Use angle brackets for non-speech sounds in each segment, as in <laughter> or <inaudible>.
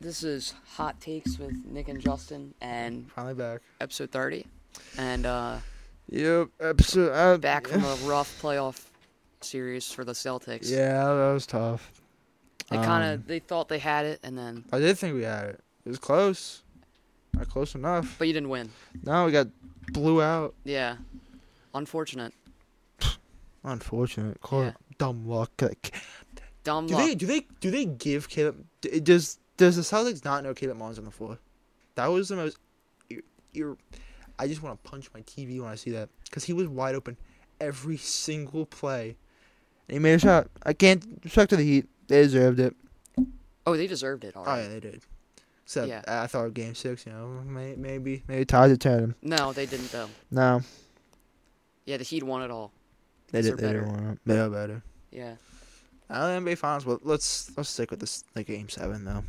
This is Hot Takes with Nick and Justin and Finally back. episode 30. And uh, Yep. Episode. Uh, I, back from a rough playoff series for the Celtics. Yeah, that was tough. They kind of Um, they thought they had it and then I did think we had it. It was close. Not close enough. but you didn't win. Now we got blew out. Yeah. Unfortunate. Unfortunate. Call it dumb luck. Like, Dumb do luck. they? Do they? Do they give Caleb? d- Does Does the Celtics not know Caleb Mons on the floor? That was the most. ir- ir- I just want to punch my TV when I see that because he was wide open every single play, and he made a shot. I can't respect to the Heat. They deserved it. Oh, they deserved it Oh already. yeah, they did. So Yeah. I I thought game six, you know, may, maybe maybe tied to ten. No, they didn't though. No, Yeah, the Heat won it all. they These did. are They didn't better. want it. They are better. Yeah. Uh, NBA Finals, but let's let's stick with this like game seven though.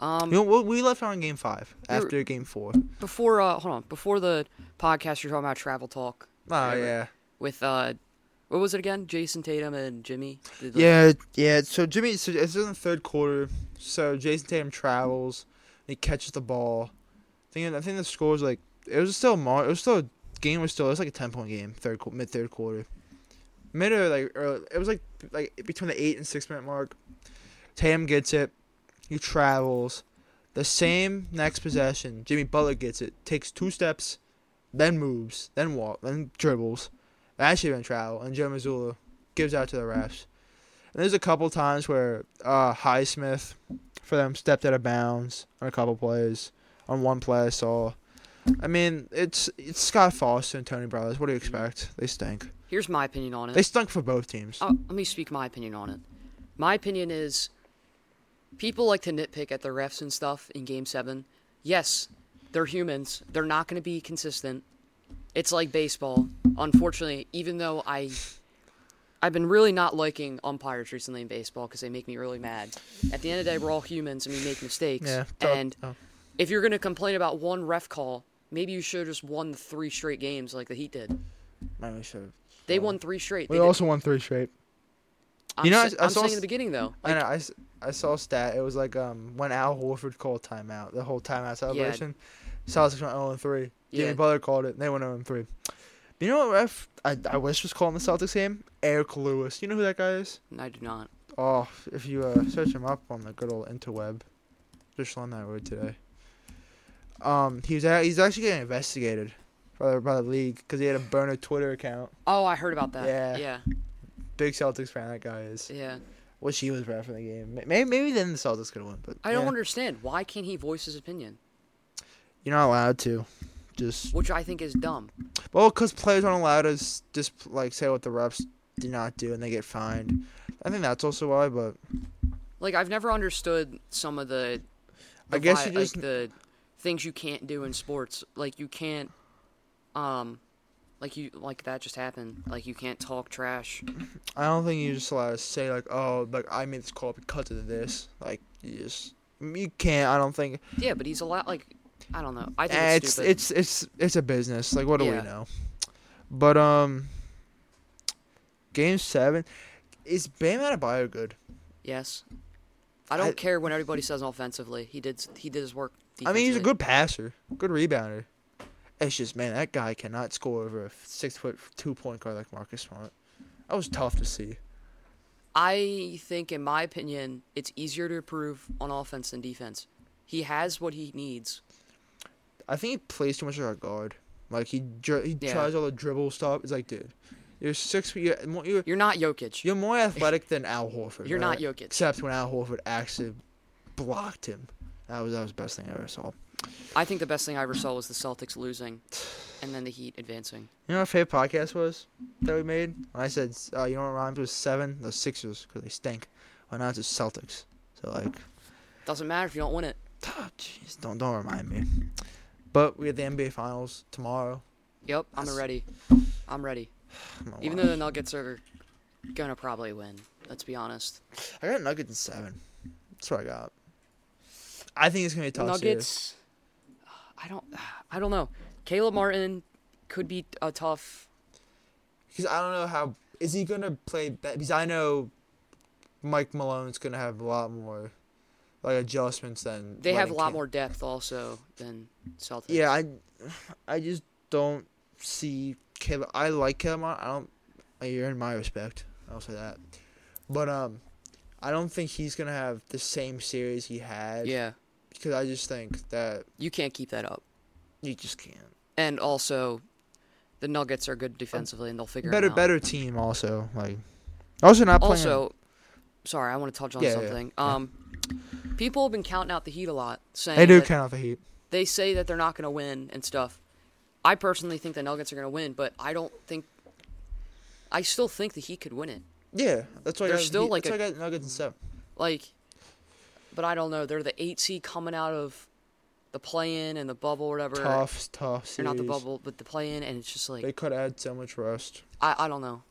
Um you know, we- we left on game five we were- after game four. before uh hold on, before the podcast you're talking about travel talk Oh Whatever. yeah, with uh what was it again? Jason Tatum and Jimmy. Did, like- yeah, yeah. So Jimmy, so it's in the third quarter. So Jason Tatum travels, and he catches the ball. I think I think the score was like it was still mar. It was still game was still it was like a ten point game third mid third quarter, mid or like early, it was like like between the eight and six minute mark. Tatum gets it, he travels. The same next possession, Jimmy Butler gets it, takes two steps, then moves, then walk, then dribbles. That should have been travel, and Joe Mazzulla gives out to the refs. And there's a couple times where uh, Highsmith for them stepped out of bounds on a couple plays. On one play, I saw. I mean, it's it's Scott Foster and Tony Brothers. What do you expect? They stink. Here's my opinion on it. They stunk for both teams. Uh, let me speak my opinion on it. My opinion is people like to nitpick at the refs and stuff in game 7. Yes, they're humans. They're not going to be consistent. It's like baseball. Unfortunately, even though I I've been really not liking umpires recently in baseball because they make me really mad. At the end of the day, we're all humans and we make mistakes. Yeah. And Oh. if you're going to complain about one ref call, maybe you should have just won the three straight games like the Heat did. Man, we should have. They won three straight. We They did- also won three straight. I'm, You know, sa- I- I I'm saw saying in s- the beginning though. I know. I, s- I saw a stat. It was like um when Al Horford called timeout, the whole timeout celebration. Celtics went 0 3. Jimmy Yeah. Butler called it, and they went 0 3. You know what ref I, I wish was calling the Celtics game? Eric Lewis. You know who that guy is? I do not. Oh, if you uh, search him up on the good old interweb, just learned that word today. Um, he was a- he's actually getting investigated by the, by the league because he had a burner Twitter account. Oh, I heard about that. Yeah. Yeah. Big Celtics fan that guy is. Yeah. Wish he was ref for the game. Maybe maybe then the Celtics could have won, but I don't yeah. understand. Why can't he voice his opinion? You're not allowed to. Just Which I think is dumb. well, because players aren't allowed to s- just like say what the refs did not do, and they get fined. I think that's also why. But Like, I've never understood some of the. the I guess vi- you just- Like, the things you can't do in sports. Like, you can't. Um. Like, you. Like, that just happened. Like, you can't talk trash. I don't think you're just allowed to say like, oh, like I made this call because of this. Like you just you can't. I don't think Yeah, but he's a lot. Like, I don't know. I think Eh, it's, it's stupid. it's it's it's a business. Like what do Yeah. we know? But um, game seven is Bam Adebayo good? yes. I don't I- care when everybody says offensively. He did. s- He did his work. I mean, he's a defensively. good passer, good rebounder. It's just man, that guy cannot score over a six foot two point guard like Marcus Smart. That was tough to see. I think, in my opinion, it's easier to improve on offense than defense. He has what he needs. I think he plays too much like a guard. Like he dri- he Yeah. tries all the dribble stuff. It's like, dude, you're six. You're more, you're, You're not Jokic. you're more athletic than Al Horford. You're not right? Jokic. Except when Al Horford actually blocked him. That was that was the best thing I ever saw. I think the best thing I ever saw was the Celtics losing, and then the Heat advancing. You know what my favorite podcast was that we made? When I said, uh, you know what rhymes with seven? The Sixers, because they stink. Well, now it's just Celtics. So, like, ah, Doesn't matter if you don't win it. jeez, don't, don't remind me. But we have the NBA Finals tomorrow. Yep, I'm Yes. ready. I'm ready. I'm gonna Even watch. though the Nuggets are gonna probably win. Let's be honest. I got Nuggets in seven. That's what I got. I think it's gonna be a tough series. Nuggets. I don't. I don't know. Caleb Martin could be a tough. Because I don't know how is he gonna play. be- Because I know Mike Malone's gonna have a lot more like adjustments than They have a letting lot Cam- more depth also than Celtics. Yeah, I I just don't see Caleb. I like Caleb. Martin. I don't. You're in my respect. I'll say that. But um, I don't think he's gonna have the same series he had. yeah. Because I just think that You can't keep that up. you just can't. And also, the Nuggets are good defensively, and they'll figure Better, it out. better team also. Like, also not playing. Also, sorry, I want to touch on Yeah, yeah, something. yeah. Um, people have been counting out the Heat a lot, saying they do that count off the Heat. they say that they're not going to win and stuff. I personally think the Nuggets are going to win, but I don't think. I still think the Heat could win it. Yeah, that's why I They're got the still Heat- like that's a- why I got Nuggets and seven. Like, but I don't know. They're the eight seed coming out of the play in and the bubble, or whatever. Tough, tough They're series. not the bubble, but the play in, and it's just like They could add so much rust. I, I don't know.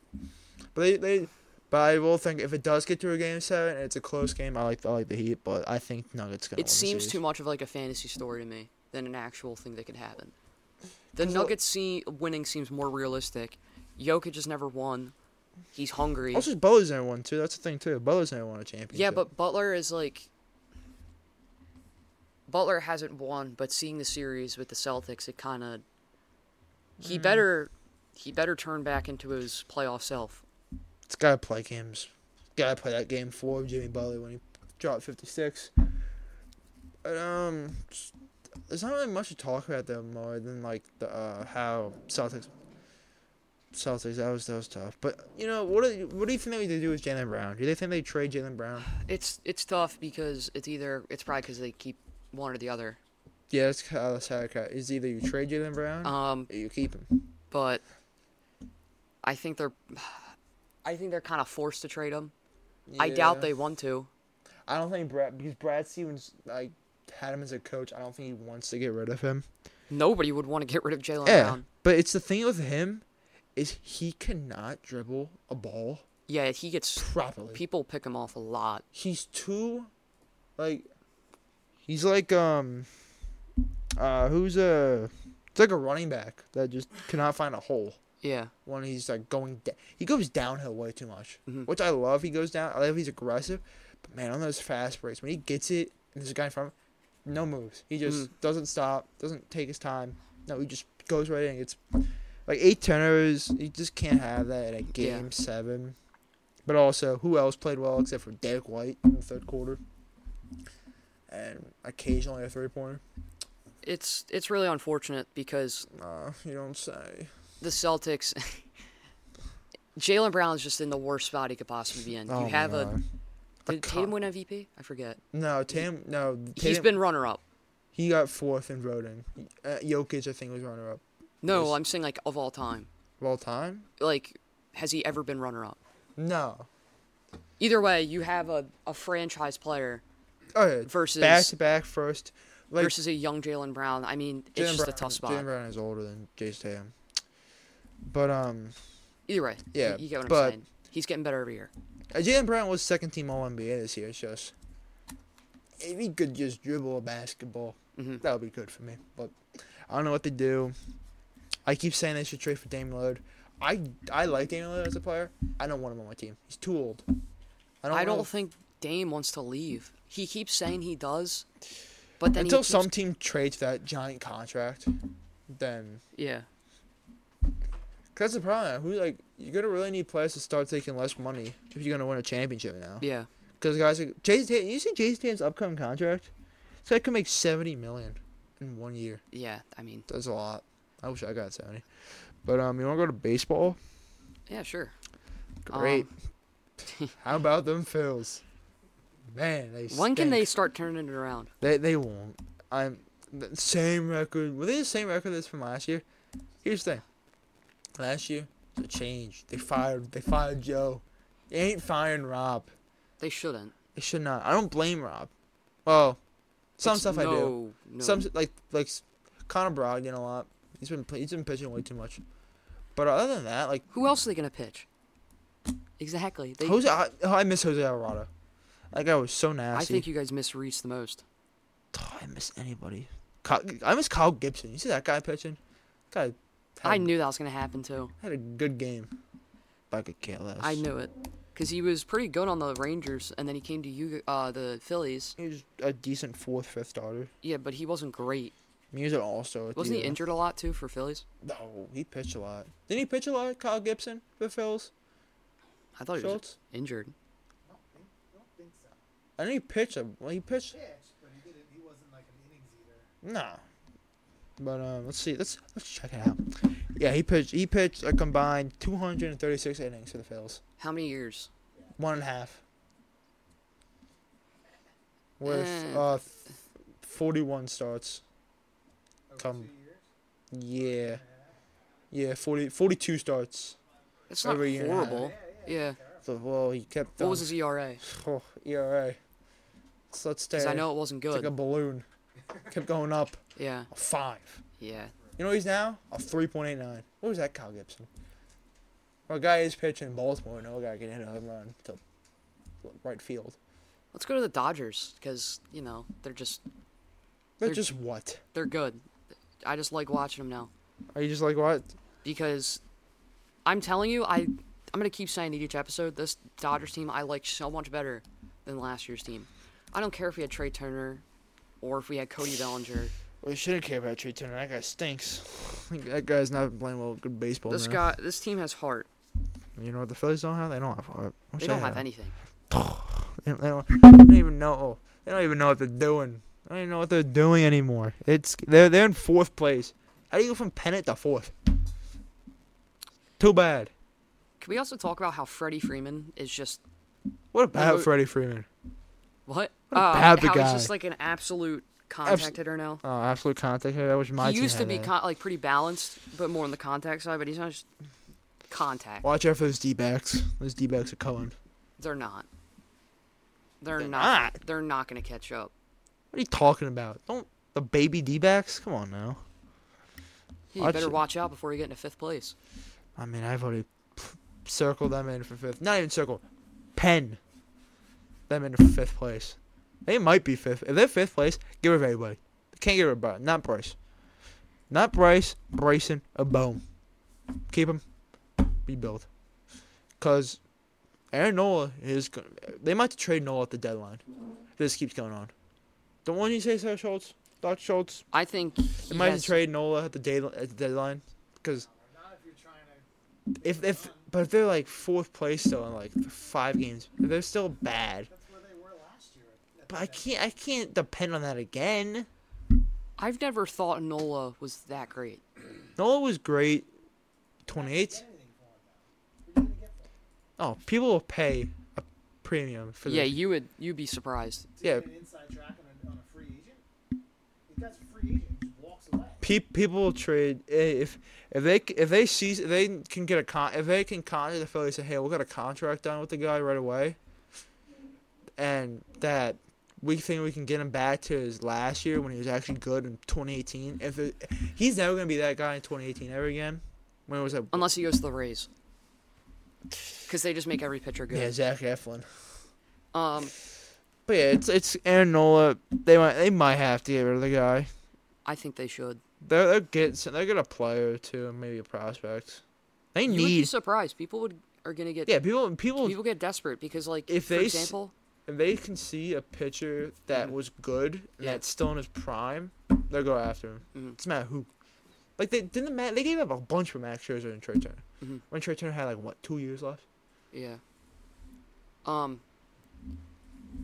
But they, they but I will think if it does get to a game seven and it's a close game, I like I like the Heat, but I think Nuggets gonna. It seems too much of like a fantasy story to me than an actual thing that could happen. The 'Cause, uh, Nuggets see winning seems more realistic. Jokic has never won. He's hungry. Also, Butler's never won too. That's the thing too. Butler's never won a championship. yeah, but Butler is like Butler hasn't won, but seeing the series with the Celtics, it kind of Mm. he better he better turn back into his playoff self. it's gotta play games. Gotta play that game four of Jimmy Butler when he dropped fifty six. But um, s- there's not really much to talk about though more than like the uh, how Celtics. Celtics, that was that was tough. But you know, what do you, what do you think they need to do with Jalen Brown? Do they think they trade Jalen Brown? It's it's tough because it's either it's probably because they keep one or the other. Yeah, that's how that's how it got. Is either you trade Jalen Brown Um, or you keep him. but I think they're I think they're kind of forced to trade him. I doubt they want to. I don't think Brad because Brad Stevens like had him as a coach. I don't think he wants to get rid of him. Nobody would want to get rid of Jalen Yeah, Brown. but it's the thing with him is he cannot dribble a ball Yeah, he gets properly. people pick him off a lot. he's too, like, he's like um, uh, who's a, it's like a running back that just cannot find a hole. Yeah, when he's like going da- he goes downhill way too much Mm-hmm. which i love he goes down i love he's aggressive but man on those fast breaks when he gets it and there's a guy in front of him no moves he just Mm-hmm. doesn't stop doesn't take his time no he just goes right in and gets like eight turnovers you just can't have that in a game Yeah. seven but also who else played well except for derek white in the third quarter and occasionally a three pointer it's it's really unfortunate because uh, you don't say the Celtics. <laughs> Jalen Brown is just in the worst spot he could possibly be in. Oh you my have a God. A did con- Tatum win MVP? I forget. no Tam no He's Tatum- been runner up. He got fourth in voting. Uh, Jokic, I think, was runner up No, He's- I'm saying like of all time. of all time. Like, has he ever been runner up? No. Either way, you have a, a franchise player Oh yeah. Versus- back to back first. Like versus a young Jalen Brown. I mean, it's Jaylen just Brown, a tough spot. Jaylen Brown is older than Jason Tatum. But um, Either way, Yeah, yeah, you, get what but- I'm saying. He's getting better every year. uh, Jalen Brown was second team All NBA this year. It's just if he could just dribble a basketball, Mhm. that would be good for me. But I don't know what to do. I keep saying they should trade for Damian Lillard. I I like Damian Lillard as a player. I don't want him on my team. He's too old. I don't, know if- think Dame wants to leave. He keeps saying he does, but then Until he keeps, some team trades that giant contract, then yeah, cause that's the problem. Who like you're gonna really need players to start taking less money if you're gonna win a championship now. yeah, Because guys, like, Jason Tatum, you see Jason Tatum's upcoming contract. This guy could make seventy million in one year. yeah. I mean, That's a lot. I wish I got seventy. But um, you want to go to baseball? yeah, sure. Um, Great. How about them Phils? Man, they. when can stink. they start turning it around? They they won't. I'm the same record. Were they the same record as from last year? Here's the thing. Last year, they changed. They fired. They fired Joe. They ain't firing Rob. They shouldn't. They should not. I don't blame Rob. Well, some It's stuff I do. no- No, Some like like Connor Brogdon a lot. He's been pl- he's been pitching way too much. But other than that, like Who else are they gonna pitch? Exactly. They, Jose, I, oh, I miss Jose Alvarado. That guy was so nasty. I think you guys miss Reese the most. I miss anybody. Kyle, I miss Kyle Gibson. You see that guy pitching? Guy had, I knew that was gonna happen too. had a good game. But I could care less. I knew it. because he was pretty good on the Rangers, and then he came to you, uh, the Phillies. He was a decent fourth, fifth starter. Yeah, but he wasn't great. I mean, he was an all-star. at the Wasn't he end. injured a lot too for Phillies? No, he pitched a lot. Didn't he pitch a lot, Kyle Gibson, for Phil's, I thought he was Schultz? injured. I know he pitched. A, well, he pitched. pitched, but he didn't. He wasn't like an innings eater. Nah. But um, let's see. Let's let's check it out. Yeah, he pitched. He pitched a combined 236 innings for the Phils. How many years? One and a half. With Eh. uh, th- 41 starts. Over Come. two years. Yeah. Yeah, 40, 42 starts. It's not Over a year and a half. horrible. Yeah. So, well, he kept. What was um, his E ERA? <sighs> Oh, ERA. So let's stay. Because I know it wasn't It's like a good. balloon. kept going up. Yeah. A five. Yeah. You know what he's now? A 3.89. What was that, Kyle Gibson? Well, a guy is pitching in Baltimore. No guy can hit a home run to right field. Let's go to the Dodgers because you know they're just But They're- just what? they're good. I just like watching them now Are you just like, what? because I'm telling you, I I'm gonna keep saying it each episode. This Dodgers team I like so much better than last year's team. I don't care if we had Trey Turner or if we had Cody Bellinger. We shouldn't care about Trey Turner. That guy stinks. <laughs> that guy's not playing well good baseball. This guy, this team has heart. You know what the Phillies don't have? They don't have heart. They don't have anything. <laughs> They don't, they don't- they don't even know. They don't even know what they're doing. They don't even know what they're doing anymore. It's they're they're in fourth place. How do you go from pennant to fourth? Too bad. Can we also talk about how Freddie Freeman is just What about wrote- Freddie Freeman? what? Um, a bad how guy. he's just like an absolute contact hitter now. Oh, absolute contact here. I wish my he team used to had be that. con- like pretty balanced, but more on the contact side. But he's not just contact. Watch out for those D backs. Those D backs are coming. They're not. They're, They're not, They're not going to catch up. What are you talking about? Don't the baby D backs? Come on now. Hey, you Watch better it. watch out before you get into fifth place. I mean, I've already p- circled them in for fifth. Not even circled. Pen them in for fifth place. They might be fifth. If they're fifth place, get rid of everybody. They can't get rid of Bryce. Not Bryce. Not Bryce, Bryson, a bone. Keep him. Rebuild. Because Aaron Nola is going They might trade Nola at the deadline. If this keeps going on. Don't want you say, Sarah Schultz? Dr. Schultz? I think. They He might has- trade Nola at the, day, at the deadline. Because Not if you're trying to. if if but if they're like fourth place still in like five games, if they're still bad. That's where they were last year. at- at But the I can't I can't depend on that again. I've never thought Nola was that great. Nola was great. Twenty eight. anything for him now. What are you gonna get for him? Oh, people will pay a premium for Yeah, that. you would. You'd be surprised. Yeah. Taking an inside track on a, on a free agent. The guy's a free agent. He just walks away. Pe- people will trade eh, if if they c- if they see if they can get a con if they can contact the Phillies say hey we'll get a contract done with the guy right away, and that we think we can get him back to his last year when he was actually good in 2018. If it, he's never gonna be that guy in 2018 ever again, when it was a Unless he goes to the Rays. Because they just make every pitcher good. yeah Zach Eflin. Um, But yeah, it's it's Aaron Nola. They might they might have to get rid of the guy. I think they should. They're they're get they're gonna player too, maybe a prospect. They You would be need surprised. People would are gonna get. yeah people people People get desperate because like If for they s- example, if they can see a pitcher that Mhm. was good and Yeah. that's still in his prime, they'll go after him. Mhm. It's matter who. Like they didn't Matt, they gave up a bunch for Max Scherzer and Trey Turner. Mhm. When Trey Turner had like what two years left? Yeah. Um.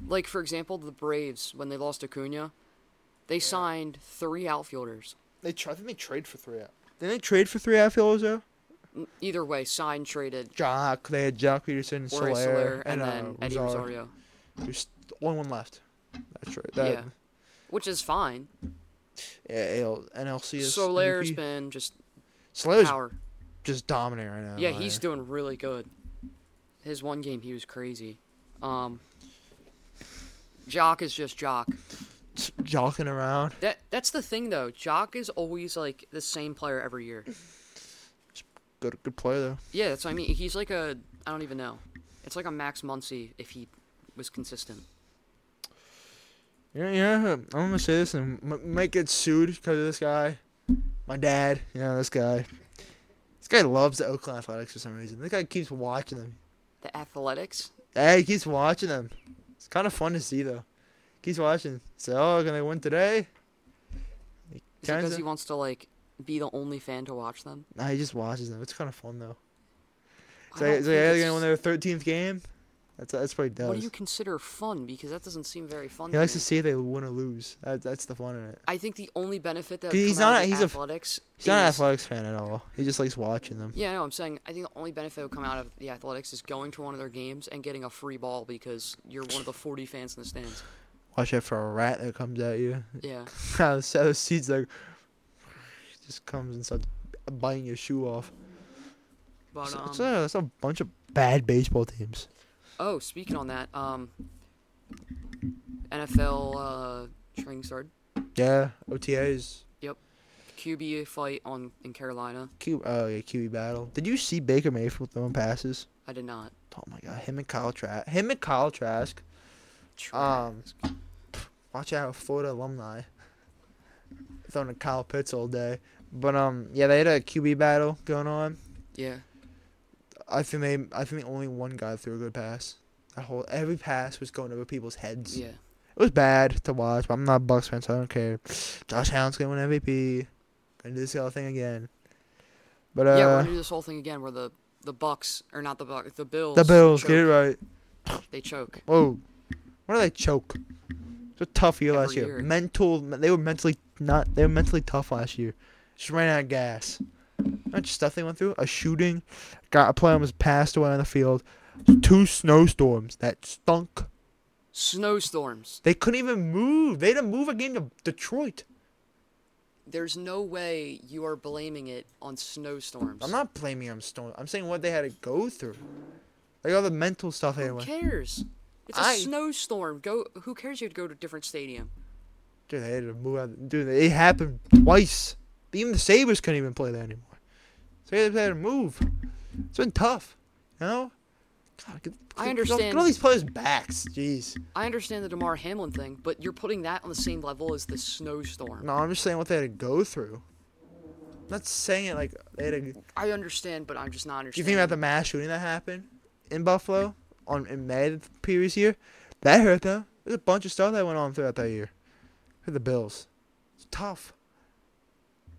Like for example, the Braves when they lost Acuna, they signed three outfielders. They try. I think they trade for three out. Didn't they trade for three outfielders though? N- Either way, signed, traded, Jock. They had Jock Peterson, or Soler, Soler, and, and, uh, then Eddie Rosario. Rosario, There's only one left. That's right. That, yeah. Yeah. which is fine. Yeah. AL, NLC is. Soler's MVP. been just Soler's power. just dominant right now. Yeah, he's doing. doing really good. His one game, he was crazy. Um. Jock is just Jock. jocking around. That that's the thing though. Jock is always like the same player every <laughs> year. Good, good player though. Yeah, that's what I mean. He's like a I don't even know. It's like a Max Muncy if he was consistent. Yeah, yeah. I'm gonna say this and m- might get sued because of this guy. My dad, you know this guy. This guy loves the Oakland Athletics for some reason. This guy keeps watching them. The Athletics. Hey, he keeps watching them. It's kind of fun to see though. Keeps watching. So, oh, can they win today? Is He it because kinda- he wants to like be the only fan to watch them? Nah, he just watches them. It's kind of fun though. I don't It's like, it's like think yeah, it's- they're gonna win their thirteenth game. That's that's what he does. What do you consider fun? Because that doesn't seem very fun. he likes to me. see if they win or lose. That, that's the fun in it. I think the only benefit that 'Cause would he's come out of not a- the he's a- athletics. He's not an is- athletics fan at all. He just likes watching them. Yeah, no, I'm saying I think the only benefit that would come out of the athletics is going to one of their games and getting a free ball because you're one of the 40 fans in the stands. Watch out for a rat that comes at you. Yeah, <laughs> How the set of seeds like <sighs> just comes and starts biting your shoe off. but So- um, so that's a bunch of bad baseball teams. oh, speaking on that, um, NFL uh, training started. Yeah, OTAs. QB fight on in Carolina. Q. Oh yeah, QB battle. Did you see Baker Mayfield throwing passes? I did not. Oh my God, him and Kyle Trask. Him and Kyle Trask. Um, <sniffs> watch out, Florida alumni. <laughs> Throwing to Kyle Pitts all day. But um, yeah, they had a QB battle going on. Yeah, I think they, I think only one guy threw a good pass. That whole every pass was going over people's heads. yeah. It was bad to watch, but I'm not a Bucks fan, so I don't care. Josh Allen's gonna win MVP. Gonna do this whole thing again. But uh, yeah, we're gonna do this whole thing again where the the Bucks or not the Bucks, the Bills. the Bills choke. get it right. They choke. Whoa, why do they choke? It's a tough year last Every year. year. Mental, they were mentally not. They were mentally tough last year. Just ran out of gas. Not just stuff they went through. A shooting. Got a player almost passed away on the field. Two snowstorms that stunk. Snowstorms. They couldn't even move. They had to move a game to Detroit. There's no way you are blaming it on snowstorms. I'm not blaming them Stone. I'm saying what they had to go through. Like all the mental stuff they Who went. cares? It's a I- snowstorm. Go. Who cares? You had to go to a different stadium. Dude, they had to move out. Dude, it happened twice. Even the Sabres couldn't even play that anymore. So they had to move. It's been tough. You know? God, get, I get- Get understand. all these players' backs. Jeez. I understand the Demar Hamlin thing, but you're putting that on the same level as the snowstorm. No, I'm just saying what they had to go through. I'm not saying it like they had to. I understand, but I'm just not Do you understanding. think about the mass shooting that happened in Buffalo on in May of the previous year? That hurt them. There's a bunch of stuff that went on throughout that year. For the Bills. It's tough.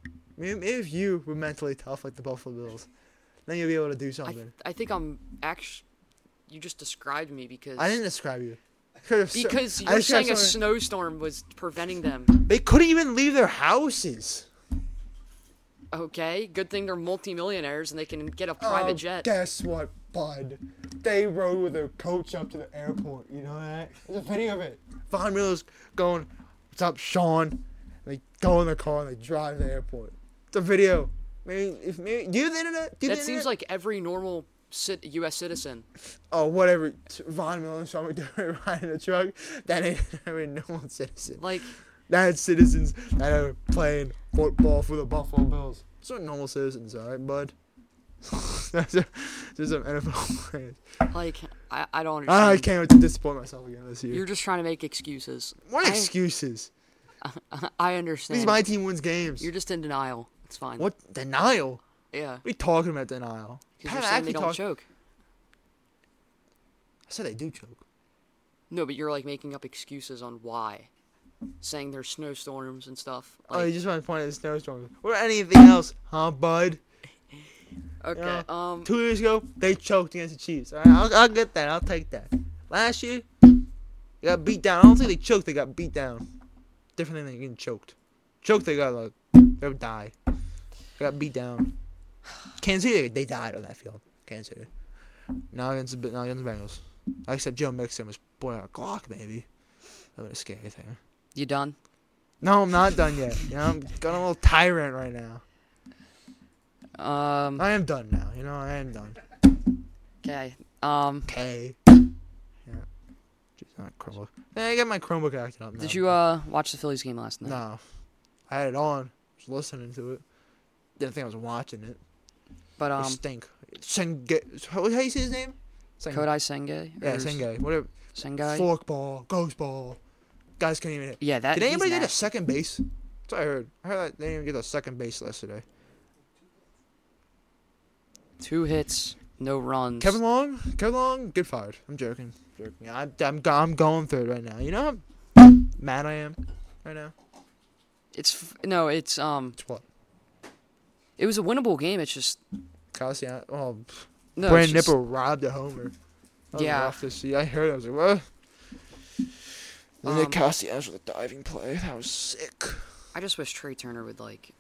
I mean, Maybe if you were mentally tough like the Buffalo Bills, then you'll be able to do I, something. I think I'm actually. You just described me because. I, didn't describe you. I could've so- Because I you're described saying a someone- snowstorm was preventing them. they couldn't even leave their houses. Okay, good thing they're multimillionaires and they can get a private Oh, jet. Guess what, bud? They rode with their coach up to the airport. You know that? There's a video of it. Von Miller's going, "What's up, Sean?" And they go in the car and they drive to the airport. It's a video. Maybe if maybe do you have the internet? Do you have That the seems internet? like every normal cit- U.S. citizen. oh whatever. T- Von Miller and <laughs> Sean McDermott riding a truck. That ain't <laughs> every normal citizen. Like, That's citizens that are playing football for the Buffalo Bills. It's not normal citizens, all right, bud. <laughs> That's a, just some NFL <laughs> players. like I, I don't understand. Ah, I can't wait to disappoint myself again this year. Um, You're just trying to make excuses. What I- excuses? I At understand. least my team wins games. You're just in denial. It's fine. what denial? Yeah. What are you talking about denial? Because Pat you're saying Ackley they don't talked- choke. I said they do choke. No, but you're like making up excuses on why, saying there's snowstorms and stuff. oh, you Like, just want to point at the snowstorm or <laughs> anything else, huh, bud? okay. Yeah. Um. Two years ago, they choked against the Chiefs. All right, I'll, I'll get that. I'll take that. Last year, they got beat down. I don't think they choked. They got beat down. Different thing than getting choked. Choked, they got like they would die. They got beat down. Kansas City, they died on that field. Kansas City. Now against the now against the Bengals. Except Joe Mixon was born out of clock, maybe. That was a scary thing. You done? No, I'm not done yet. You know, I'm got a little tyrant right now. Um. I am done now. You know, I am done. Okay. Um. okay. Yeah. Just not Chromebook. Yeah, I got my Chromebook acting up now. Did you uh watch the Phillies game last night? No. I had it on. Was listening to it. Didn't think I was watching it. But Um, um, stink. Senge. How, how you say his name? Seng- Kodai Senge. Yeah, or s- Senge. Whatever. Sengai. Forkball. Ghostball. Guys couldn't even hit. Yeah. That. Did he's anybody get a nasty. second base? That's what I heard. I heard that they didn't even get a second base yesterday. Two hits. no runs. Kevin Long, Kevin Long, get fired. I'm joking, joking. I, I'm go- I'm going through it right now. You know how mad I am right now. It's f- no, it's um, It's what it was a winnable game. It's just Cassian. Oh, pff, no. it's Brandon just- Nipper robbed a homer. That was Yeah. rough to see. I heard. It. I was like, what? And then Um, Cassian's with a diving play. That was sick. I just wish Trey Turner would like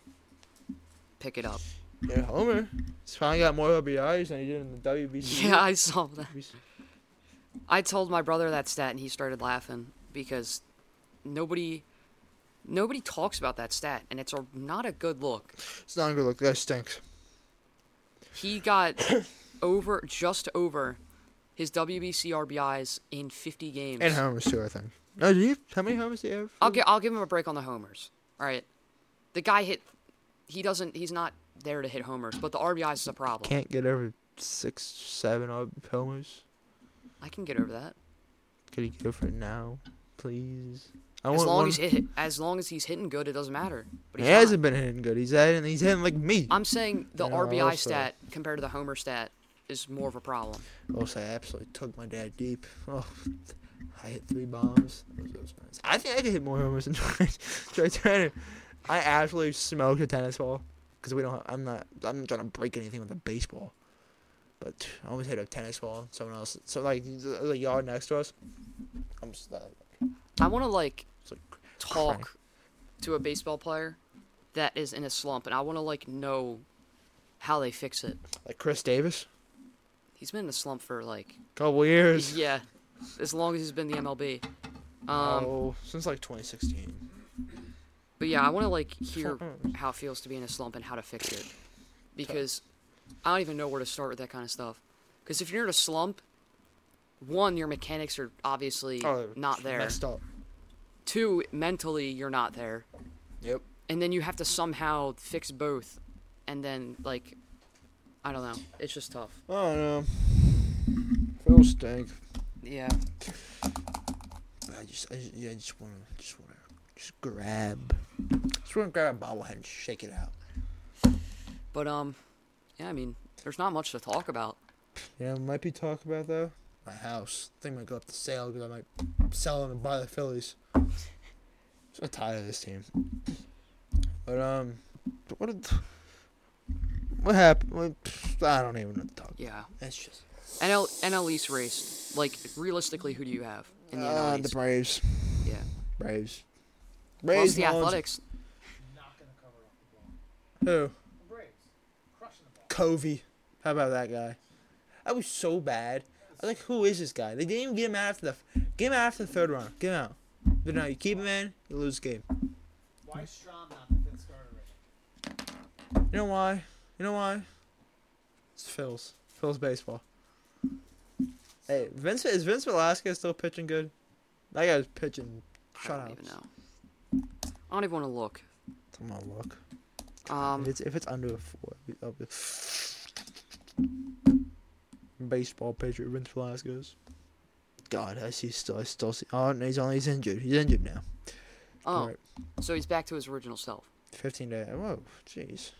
pick it up. Yeah, Homer. He's finally got more RBIs than he did in the <laughs> WBC. Yeah, I saw that. WBC. I told my brother that stat and he started laughing because nobody nobody talks about that stat and it's a, not a good look. It's not a good look. That stinks. He <coughs> got over just over his WBC RBIs in 50 games. And homers too, I think. No, do you? How many homers do you have? I'll give I'll give him a break on the homers. All right. The guy hit he doesn't he's not there to hit homers, but the RBIs is a problem. Can't get over six, seven ob- homers. I can get over that. Could he go for it now, please? I As want long one- as hit, as long as he's hitting good, it doesn't matter. But He he's not. hasn't been hitting good. He's hitting. He's hitting like me. I'm saying the Yeah, I RBI also- stat compared to the homer stat is more of a problem. Also, I absolutely took my dad deep. Oh, I hit three bombs. Those- those nice. I think I could hit more homers than <laughs> Trey Trey Turner. I absolutely smoked a tennis ball because we don't. Have, I'm not. I'm not trying to break anything with a baseball. But I always hit a tennis ball. Someone else. So like the the yard next to us. I'm just like, I want to like it's like talk Crying. to a baseball player that is in a slump, and I want to like know how they fix it. like Chris Davis. He's been in a slump for like Couple years. yeah, as long as he's been in the MLB. Um, oh, since like 2016. But yeah, I want to like hear Sometimes. how it feels to be in a slump and how to fix it, because I don't even know where to start with that kind of stuff. Because if you're in a slump, one, your mechanics are obviously Oh, not there. Messed up. Two, mentally you're not there, Yep. and then you have to somehow fix both, and then like, I don't know, it's just tough. I don't know. Phil stank. Yeah, I just, I just, yeah, I just want to, just want to, just grab, just want to grab a bobblehead and shake it out. but um, yeah, I mean, there's not much to talk about. Yeah, might be talk about though. My house. I think I might go up to sale because I might sell them and buy the Phillies. So tired of this team. But um, what? Did, what happened? What, I don't even know what to talk. Yeah, It's just NL NL East race. Like realistically, who do you have in the NL uh, the East? Braves. yeah. Braves. Plus Braves. the Marlins. Athletics. Not gonna cover up the ball. Who? The Braves crushing the ball. Covey. How about that guy? That was so bad. I was like, who is this guy? They didn't even get him out after the get him out after the third round. Get him out. But no, you keep him in, you lose the game. Why is Strom not the fifth starter right now? You know why? You know why? It's Phil's. Phil's baseball. Hey, Vince is Vince Velasquez still pitching good? That guy's pitching I don't shutouts. even know. I don't even want to look. I'm gonna look. if Um, it's if it's under a four, uh, I'll be- baseball pitcher Vince Velasquez. God, I see still, I still see. Oh, no, he's only he's injured. He's injured now. oh, Alright, so he's back to his original self. fifteen day. Whoa, jeez,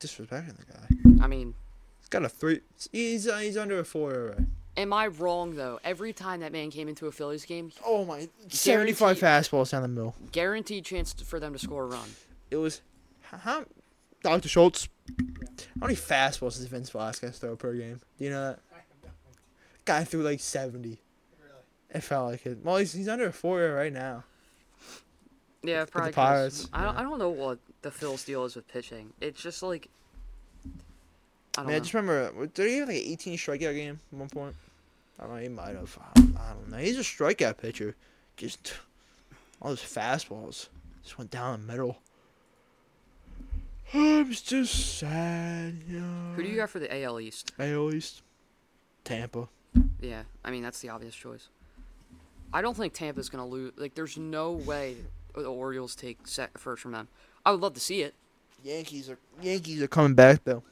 disrespecting the guy. I mean, He's got a three. He's uh, he's under a four ERA. am I wrong though? Every time that man came into a Phillies game, Oh my, seventy-five fastballs down the middle. guaranteed chance t- for them to score a run. It was h- how Dr. Schultz. How many fastballs does Vince Velasquez throw per game? Do you know that? I have no idea. Guy threw like seventy. Really. It felt like it. Well, he's, he's under a four ERA right now. Yeah, probably. 'cause- Pirates, I don't, yeah. I don't know what the Phil's deal is with pitching. It's just like I don't Man, I know. just remember, uh, did he have like an 18 strikeout game at one point? I don't know, he might have. I don't, I don't know. He's a strikeout pitcher. Just all those fastballs just went down the middle. <sighs> I'm just sad, you know. Who do you have for the AL East? AL East. Tampa. Yeah, I mean that's the obvious choice. I don't think Tampa's gonna lose. Like, there's no way the Orioles take set first from them. I would love to see it. Yankees are Yankees are coming back though.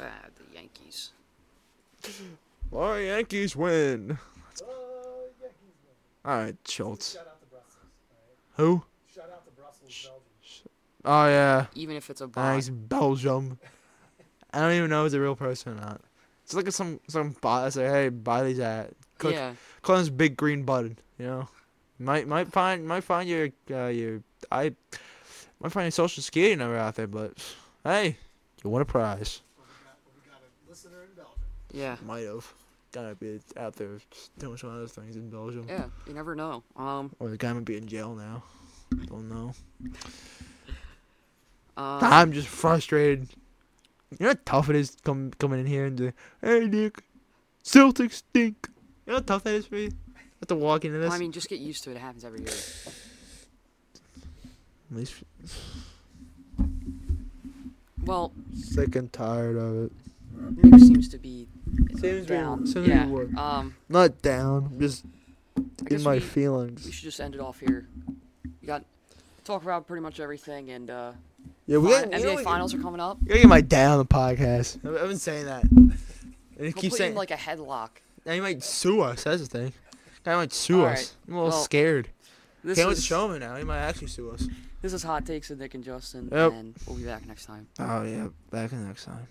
Ah, the Yankees. Our Yankees win. Uh, yeah, he's good. All right, Schultz. Shout out to Brussels. Alright. Who? Shout out to Brussels, Belgium. Oh yeah, Even if it's a bot. thanks Belgium. I don't even know if he's a real person or not. It's like some some bot that's like, hey, buy these at click yeah. click on this big green button. You know, might might find might find your uh, your I might find your social security number out there, but hey, you won a prize. But we got, but we got a listener in Belgium. Yeah. Might have gotta be out there doing some other things in Belgium. Yeah. You never know. Um. Or the guy might be in jail now. Don't know. Uh, I'm just frustrated. You know how tough it is come, coming in here and say, hey, Nick, Celtics stink. You know how tough that is for you? Have to walk into this. well, I mean, just get used to it. It happens every year. At least Well, sick and tired of it. Nick seems to be Seems we- down. seems we yeah. were. Um. Not down, just I in guess my we, we feelings. should just end it off here. We got talk about pretty much everything, and uh, Yeah, we fi- got NBA finals are coming up. You gotta get my down the podcast. I've I've been saying that. And you We'll keep put you in, saying, like, like a headlock. now you might sue us. That's the thing. Guy might sue All us. right. I'm a little Well, scared. This Can't wait to is show him it now. He might actually sue us. this is hot takes with Nick and Justin, Yep. and we'll be back next time. Oh yeah, back in the next time.